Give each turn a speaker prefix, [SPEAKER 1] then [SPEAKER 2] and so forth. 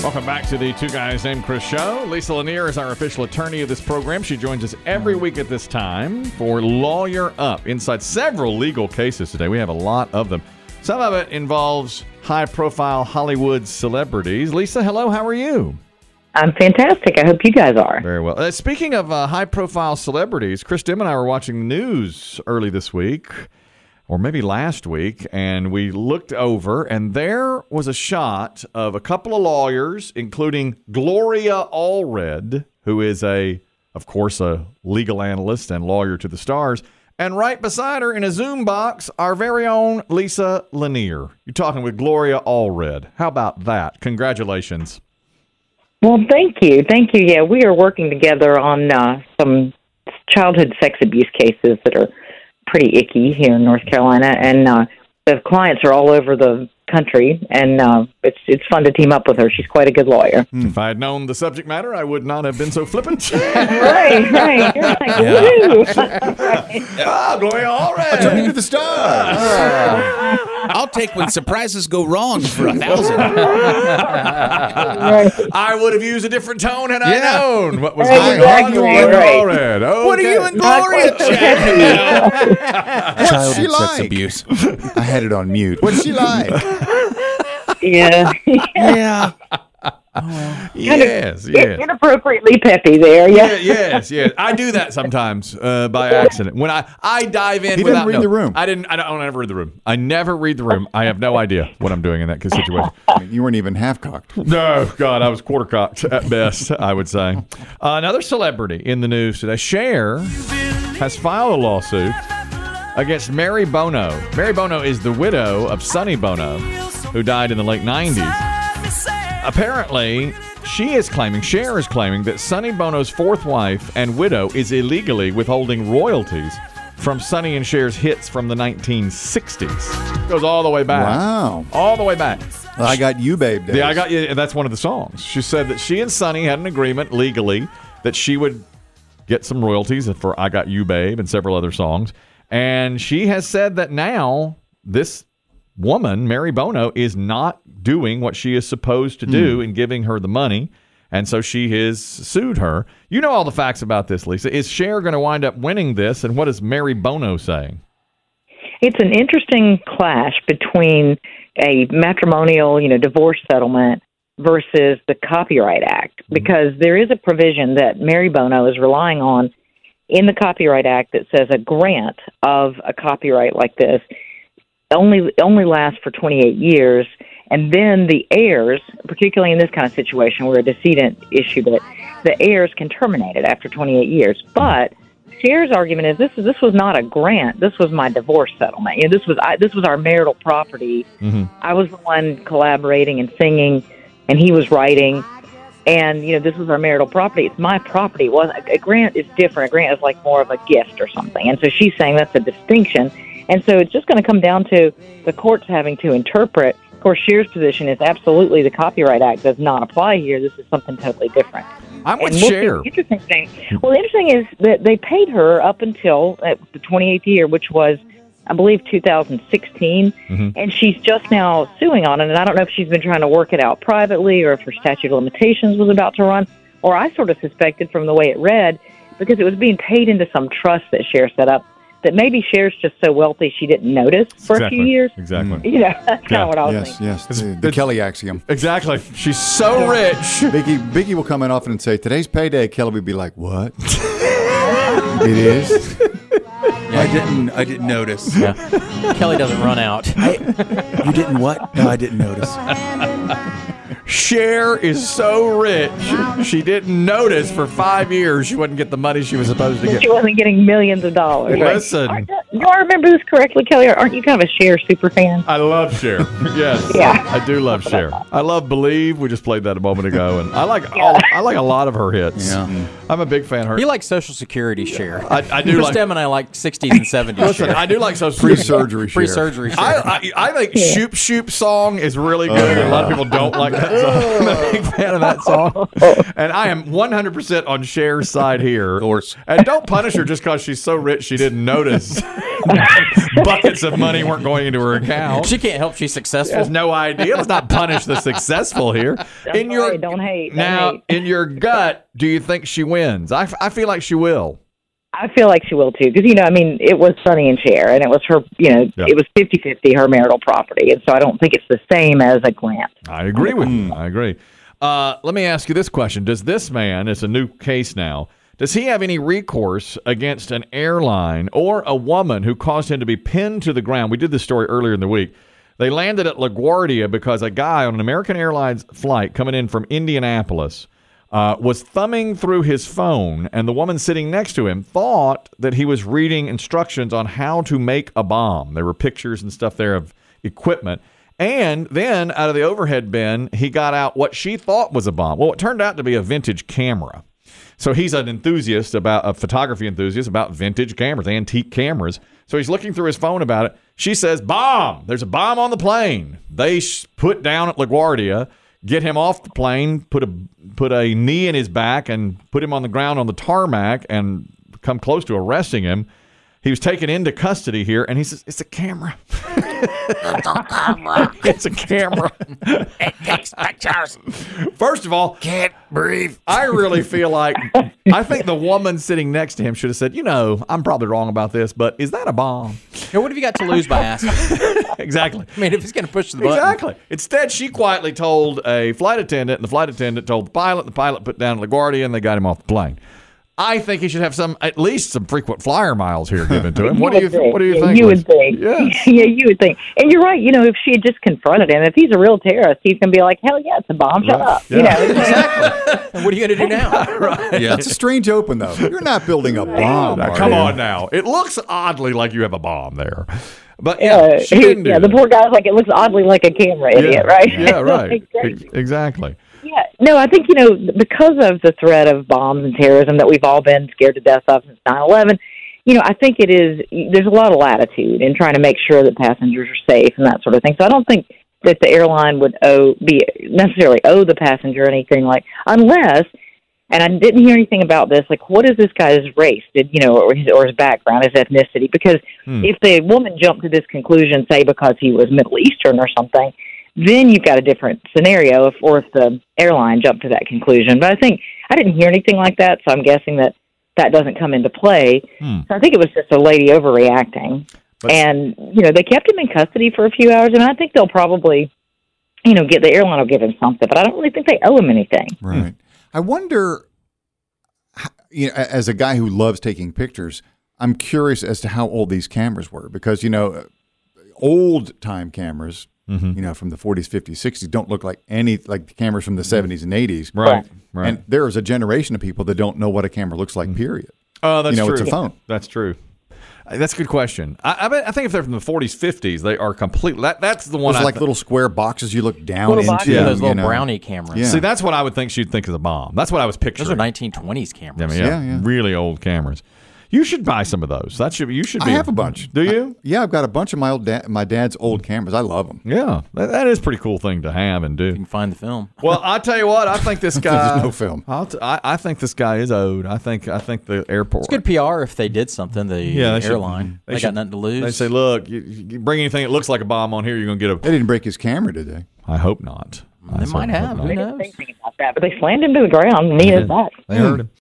[SPEAKER 1] Welcome back to the Two Guys Named Chris show. Lisa Lanier is our official attorney of this program. She joins us every week at this time for Lawyer Up inside several legal cases today. We have a lot of them. Some of it involves high profile Hollywood celebrities. Lisa, hello, how are you?
[SPEAKER 2] I'm fantastic. I hope you guys are.
[SPEAKER 1] Very well. Uh, speaking of uh, high profile celebrities, Chris Dim and I were watching the news early this week, or maybe last week, and we looked over, and there was a shot of a couple of lawyers, including Gloria Allred, who is a, of course, a legal analyst and lawyer to the stars. And right beside her in a Zoom box, our very own Lisa Lanier. You're talking with Gloria Allred. How about that? Congratulations.
[SPEAKER 2] Well, thank you. Thank you. Yeah, we are working together on uh, some childhood sex abuse cases that are pretty icky here in North Carolina. And uh, the clients are all over the country. And uh, it's, it's fun to team up with her. She's quite a good lawyer.
[SPEAKER 1] If I had known the subject matter, I would not have been so flippant.
[SPEAKER 2] right, right. You're like, woohoo.
[SPEAKER 1] ah, Gloria Allred.
[SPEAKER 3] Turning to the stars.
[SPEAKER 1] Ah.
[SPEAKER 4] I'll take when surprises go wrong for a thousand.
[SPEAKER 2] right.
[SPEAKER 1] I would have used a different tone had
[SPEAKER 4] Yeah.
[SPEAKER 1] I known what was
[SPEAKER 2] Hey,
[SPEAKER 1] going on.
[SPEAKER 2] exactly,
[SPEAKER 1] Gloria
[SPEAKER 2] right.
[SPEAKER 1] Allred.
[SPEAKER 4] What are you
[SPEAKER 1] Okay.
[SPEAKER 4] and
[SPEAKER 2] Not
[SPEAKER 4] Gloria
[SPEAKER 2] quite so
[SPEAKER 4] chatting
[SPEAKER 2] catchy.
[SPEAKER 4] about?
[SPEAKER 3] What's she
[SPEAKER 4] Sex
[SPEAKER 3] like?
[SPEAKER 4] abuse.
[SPEAKER 3] I had it on mute. What's she like?
[SPEAKER 2] Yeah.
[SPEAKER 4] Yeah.
[SPEAKER 1] Yes, yes.
[SPEAKER 2] Inappropriately peppy there.
[SPEAKER 1] Yeah,
[SPEAKER 2] Yeah.
[SPEAKER 1] yes, yes. I do that sometimes uh, by accident. When I, I dive in
[SPEAKER 3] He didn't
[SPEAKER 1] without
[SPEAKER 3] read
[SPEAKER 1] no,
[SPEAKER 3] the room.
[SPEAKER 1] I didn't. I don't, I don't ever read the room. I never read the room. I have no idea what I'm doing in that situation.
[SPEAKER 3] I mean, you weren't even half cocked.
[SPEAKER 1] No, God, I was quarter cocked at best, I would say. Uh, another celebrity in the news today, Cher, has filed a lawsuit against Mary Bono. Mary Bono is the widow of Sonny Bono, who died in the late 90s. Apparently, she is claiming, Cher is claiming, that Sonny Bono's fourth wife and widow is illegally withholding royalties from Sonny and Cher's hits from the 1960s. Goes all the way back.
[SPEAKER 3] Wow.
[SPEAKER 1] All the way back.
[SPEAKER 3] I got you, babe. days.
[SPEAKER 1] Yeah, I got you. and That's one of the songs. She said that she and Sonny had an agreement legally that she would get some royalties for I Got You, Babe and several other songs. And she has said that now this woman, Mary Bono, is not doing what she is supposed to do in giving her the money. And so she has sued her. You know all the facts about this, Lisa. Is Cher going to wind up winning this? And what is Mary Bono saying?
[SPEAKER 2] It's an interesting clash between a matrimonial, you know, divorce settlement versus the Copyright Act because there is a provision that Mary Bono is relying on in the Copyright Act that says a grant of a copyright like this only only lasts for 28 years and then the heirs, particularly in this kind of situation where a decedent issued it, the heirs can terminate it after 28 years. But Cher's argument is this is this was not a grant. This was my divorce settlement. You know, this was I, this was our marital property. I was the one collaborating and singing, and he was writing. And you know, this was our marital property. It's my property. It was a grant is different. A grant is like more of a gift or something. And so she's saying that's a distinction. And so it's just going to come down to the courts having to interpret. Of course, Shear's position is absolutely the Copyright Act does not apply here. This is something totally different.
[SPEAKER 1] I'm with
[SPEAKER 2] And we'll see.
[SPEAKER 1] Cher.
[SPEAKER 2] The interesting thing. Well, the interesting is that they paid her up until uh, the 28th year, which was, I believe, 2016,
[SPEAKER 1] Mm-hmm.
[SPEAKER 2] and she's just now suing on it. And I don't know if she's been trying to work it out privately or if her statute of limitations was about to run, or I sort of suspected from the way it read because it was being paid into some trust that Cher set up that maybe Cher's just so wealthy she didn't notice for a few years.
[SPEAKER 1] Exactly.
[SPEAKER 2] You know, that's kind
[SPEAKER 1] Yeah.
[SPEAKER 2] of what I was
[SPEAKER 3] Yes,
[SPEAKER 2] thinking.
[SPEAKER 3] yes. The, the
[SPEAKER 1] it's-
[SPEAKER 3] Kelly axiom.
[SPEAKER 1] Exactly. She's so rich.
[SPEAKER 3] Biggie, Biggie will come in often and say, "Today's payday." Kelly would be like, "What? it is."
[SPEAKER 4] I didn't. I didn't notice.
[SPEAKER 5] Kelly doesn't run out.
[SPEAKER 4] You didn't what? No, I didn't notice.
[SPEAKER 1] Cher is so rich, she didn't notice for five years she wouldn't get the money she was supposed to
[SPEAKER 2] She
[SPEAKER 1] get.
[SPEAKER 2] wasn't getting millions of dollars.
[SPEAKER 1] Listen,
[SPEAKER 2] Do I remember this correctly, Kelly? Or aren't you kind of a Cher super fan?
[SPEAKER 1] I love Cher. Yes,
[SPEAKER 2] Yeah.
[SPEAKER 1] I do love Cher. I love Believe. We just played that a moment ago, and I like all, I like a lot of her hits.
[SPEAKER 3] Yeah.
[SPEAKER 1] I'm a big fan of her.
[SPEAKER 5] You like Social Security share.
[SPEAKER 1] I, I do
[SPEAKER 5] Chris
[SPEAKER 1] like.
[SPEAKER 5] Dem and I like 60s and 70s
[SPEAKER 1] Listen,
[SPEAKER 5] share.
[SPEAKER 1] I do like so
[SPEAKER 3] Pre-surgery. share.
[SPEAKER 5] Pre-surgery share.
[SPEAKER 1] I, I, I think Shoop Shoop song is really good. a lot of people don't like that song. I'm a big fan of that song. And I am 100% on Cher's side here.
[SPEAKER 4] course.
[SPEAKER 1] And don't punish her just because she's so rich she didn't notice buckets of money weren't going into her account.
[SPEAKER 5] She can't help.
[SPEAKER 1] has
[SPEAKER 5] She's successful.
[SPEAKER 1] no idea. Let's not punish the successful here. in your
[SPEAKER 2] worry, don't hate, don't
[SPEAKER 1] now,
[SPEAKER 2] hate.
[SPEAKER 1] in your gut, do you think she wins? I, f- I feel like she will.
[SPEAKER 2] I feel like she will too, because you know, I mean, it was Sonny and Cher, and it was her, you know,
[SPEAKER 1] Yeah.
[SPEAKER 2] it was fifty-fifty her marital property, and so I don't think it's the same as a grant.
[SPEAKER 1] I agree with you. I agree. Uh, let me ask you this question: Does this man? It's a new case now. Does he have any recourse against an airline or a woman who caused him to be pinned to the ground? We did this story earlier in the week. They landed at LaGuardia because a guy on an American Airlines flight coming in from Indianapolis uh, was thumbing through his phone, and the woman sitting next to him thought that he was reading instructions on how to make a bomb. There were pictures and stuff there of equipment. And then out of the overhead bin, he got out what she thought was a bomb. Well, it turned out to be a vintage camera. So he's an enthusiast about a photography enthusiast about vintage cameras, antique cameras. So he's looking through his phone about it. She says, "Bomb! There's a bomb on the plane." They sh- put down at LaGuardia, get him off the plane, put a put a knee in his back, and put him on the ground on the tarmac, and come close to arresting him. He was taken into custody here, and he says, "It's a camera. it's a camera."
[SPEAKER 4] Takes pictures.
[SPEAKER 1] First of all,
[SPEAKER 4] Can't breathe.
[SPEAKER 1] I really feel like I think the woman sitting next to him should have said, "You know, I'm probably wrong about this, but is that a bomb?"
[SPEAKER 5] Now, what have you got to lose by asking?
[SPEAKER 1] exactly.
[SPEAKER 5] I mean, if he's going to push the button,
[SPEAKER 1] Exactly. Instead, she quietly told a flight attendant, and the flight attendant told the pilot. The pilot put down LaGuardia, and they got him off the plane. I think he should have some, at least some frequent flyer miles here given to him. What do you?
[SPEAKER 2] would think,
[SPEAKER 1] What do you
[SPEAKER 2] yeah,
[SPEAKER 1] think?
[SPEAKER 2] You
[SPEAKER 1] Liz?
[SPEAKER 2] would think.
[SPEAKER 1] Yes.
[SPEAKER 2] Yeah, you would think. And you're right. You know, if she had just confronted him, if he's a real terrorist, he's gonna be like, "Hell yeah, it's a bomb. Shut up." You
[SPEAKER 1] Yeah.
[SPEAKER 2] know.
[SPEAKER 5] And what are you going to do now?
[SPEAKER 4] Yeah.
[SPEAKER 3] It's a strange open, though. You're not building a bomb.
[SPEAKER 1] Now,
[SPEAKER 3] are
[SPEAKER 1] come
[SPEAKER 3] you?
[SPEAKER 1] on now. It looks oddly like you have a bomb there, but yeah,
[SPEAKER 2] Uh,
[SPEAKER 1] she
[SPEAKER 2] he-
[SPEAKER 1] didn't do
[SPEAKER 2] yeah, the
[SPEAKER 1] that.
[SPEAKER 2] poor guy's like, it looks oddly like a camera idiot,
[SPEAKER 1] Yeah.
[SPEAKER 2] right?
[SPEAKER 1] Yeah, right.
[SPEAKER 2] Like, crazy.
[SPEAKER 1] Ex- exactly.
[SPEAKER 2] Yeah, no, I think you know because of the threat of bombs and terrorism that we've all been scared to death of since nine eleven. You know, I think it is. There's a lot of latitude in trying to make sure that passengers are safe and that sort of thing. So I don't think that the airline would owe be necessarily owe the passenger anything like unless. And I didn't hear anything about this. Like, what is this guy's race? Did you know, or his, or his background, his ethnicity? Because if the woman jumped to this conclusion, say because he was Middle Eastern or something, then you've got a different scenario if or if the airline jumped to that conclusion. But I think I didn't hear anything like that, so I'm guessing that that doesn't come into play. So I think it was just a lady overreacting. and you know they kept him in custody for a few hours, and I think they'll probably, you know, get the airline will give him something, but I don't really think they owe him anything.
[SPEAKER 1] Hmm.
[SPEAKER 3] Right. I wonder, h- you know, a- as a guy who loves taking pictures, I'm curious as to how old these cameras were because, you know, old time cameras,
[SPEAKER 1] Mm-hmm.
[SPEAKER 3] you know, from the 40s, 50s, 60s don't look like any, like the cameras from the 70s and 80s.
[SPEAKER 1] Mm-hmm. Right. Right.
[SPEAKER 3] And there is a generation of people that don't know what a camera looks like, period.
[SPEAKER 1] Oh, that's
[SPEAKER 3] You know,
[SPEAKER 1] true.
[SPEAKER 3] it's a phone.
[SPEAKER 1] That's true. Uh, That's a good question. I, I, bet, I think if they're from the 40s, 50s, they are complete. That, that's the one.
[SPEAKER 3] Those
[SPEAKER 1] I
[SPEAKER 3] like
[SPEAKER 1] thi-
[SPEAKER 3] little square boxes you look down
[SPEAKER 2] Little
[SPEAKER 3] into.
[SPEAKER 2] boxes.
[SPEAKER 5] Yeah, those
[SPEAKER 3] you
[SPEAKER 5] little
[SPEAKER 3] know.
[SPEAKER 5] brownie cameras.
[SPEAKER 3] Yeah.
[SPEAKER 1] See, that's what I would think she'd think is a bomb. That's what I was picturing.
[SPEAKER 5] Those are 1920s cameras.
[SPEAKER 1] I mean, yeah,
[SPEAKER 3] Yeah, yeah.
[SPEAKER 1] really old cameras. You should buy some of those. That should you should.
[SPEAKER 3] I
[SPEAKER 1] Be,
[SPEAKER 3] have a bunch.
[SPEAKER 1] Do you?
[SPEAKER 3] Yeah, I've got a bunch of my old dad, my dad's old cameras. I love them.
[SPEAKER 1] yeah, that, that is a pretty cool thing to have and do.
[SPEAKER 5] You can find the film.
[SPEAKER 1] Well, I tell you what, I think this guy.
[SPEAKER 3] There's no film.
[SPEAKER 1] I'll t- I, I think this guy is owed. I think I think the airport.
[SPEAKER 5] It's good PR if they did something. The
[SPEAKER 1] Yeah, they should-
[SPEAKER 5] airline,
[SPEAKER 1] they
[SPEAKER 5] they, got
[SPEAKER 1] should-
[SPEAKER 5] nothing to lose.
[SPEAKER 1] They say, look, you, you bring anything that looks like a bomb on here, you're gonna get a.
[SPEAKER 3] They didn't break his camera, did they?
[SPEAKER 1] I hope not. I
[SPEAKER 5] they
[SPEAKER 1] certainly
[SPEAKER 5] might
[SPEAKER 1] hope
[SPEAKER 5] have.
[SPEAKER 1] not.
[SPEAKER 5] Who
[SPEAKER 2] They didn't
[SPEAKER 5] knows?
[SPEAKER 2] think anything about that, but they slammed him to the ground and he is back.
[SPEAKER 1] They heard him.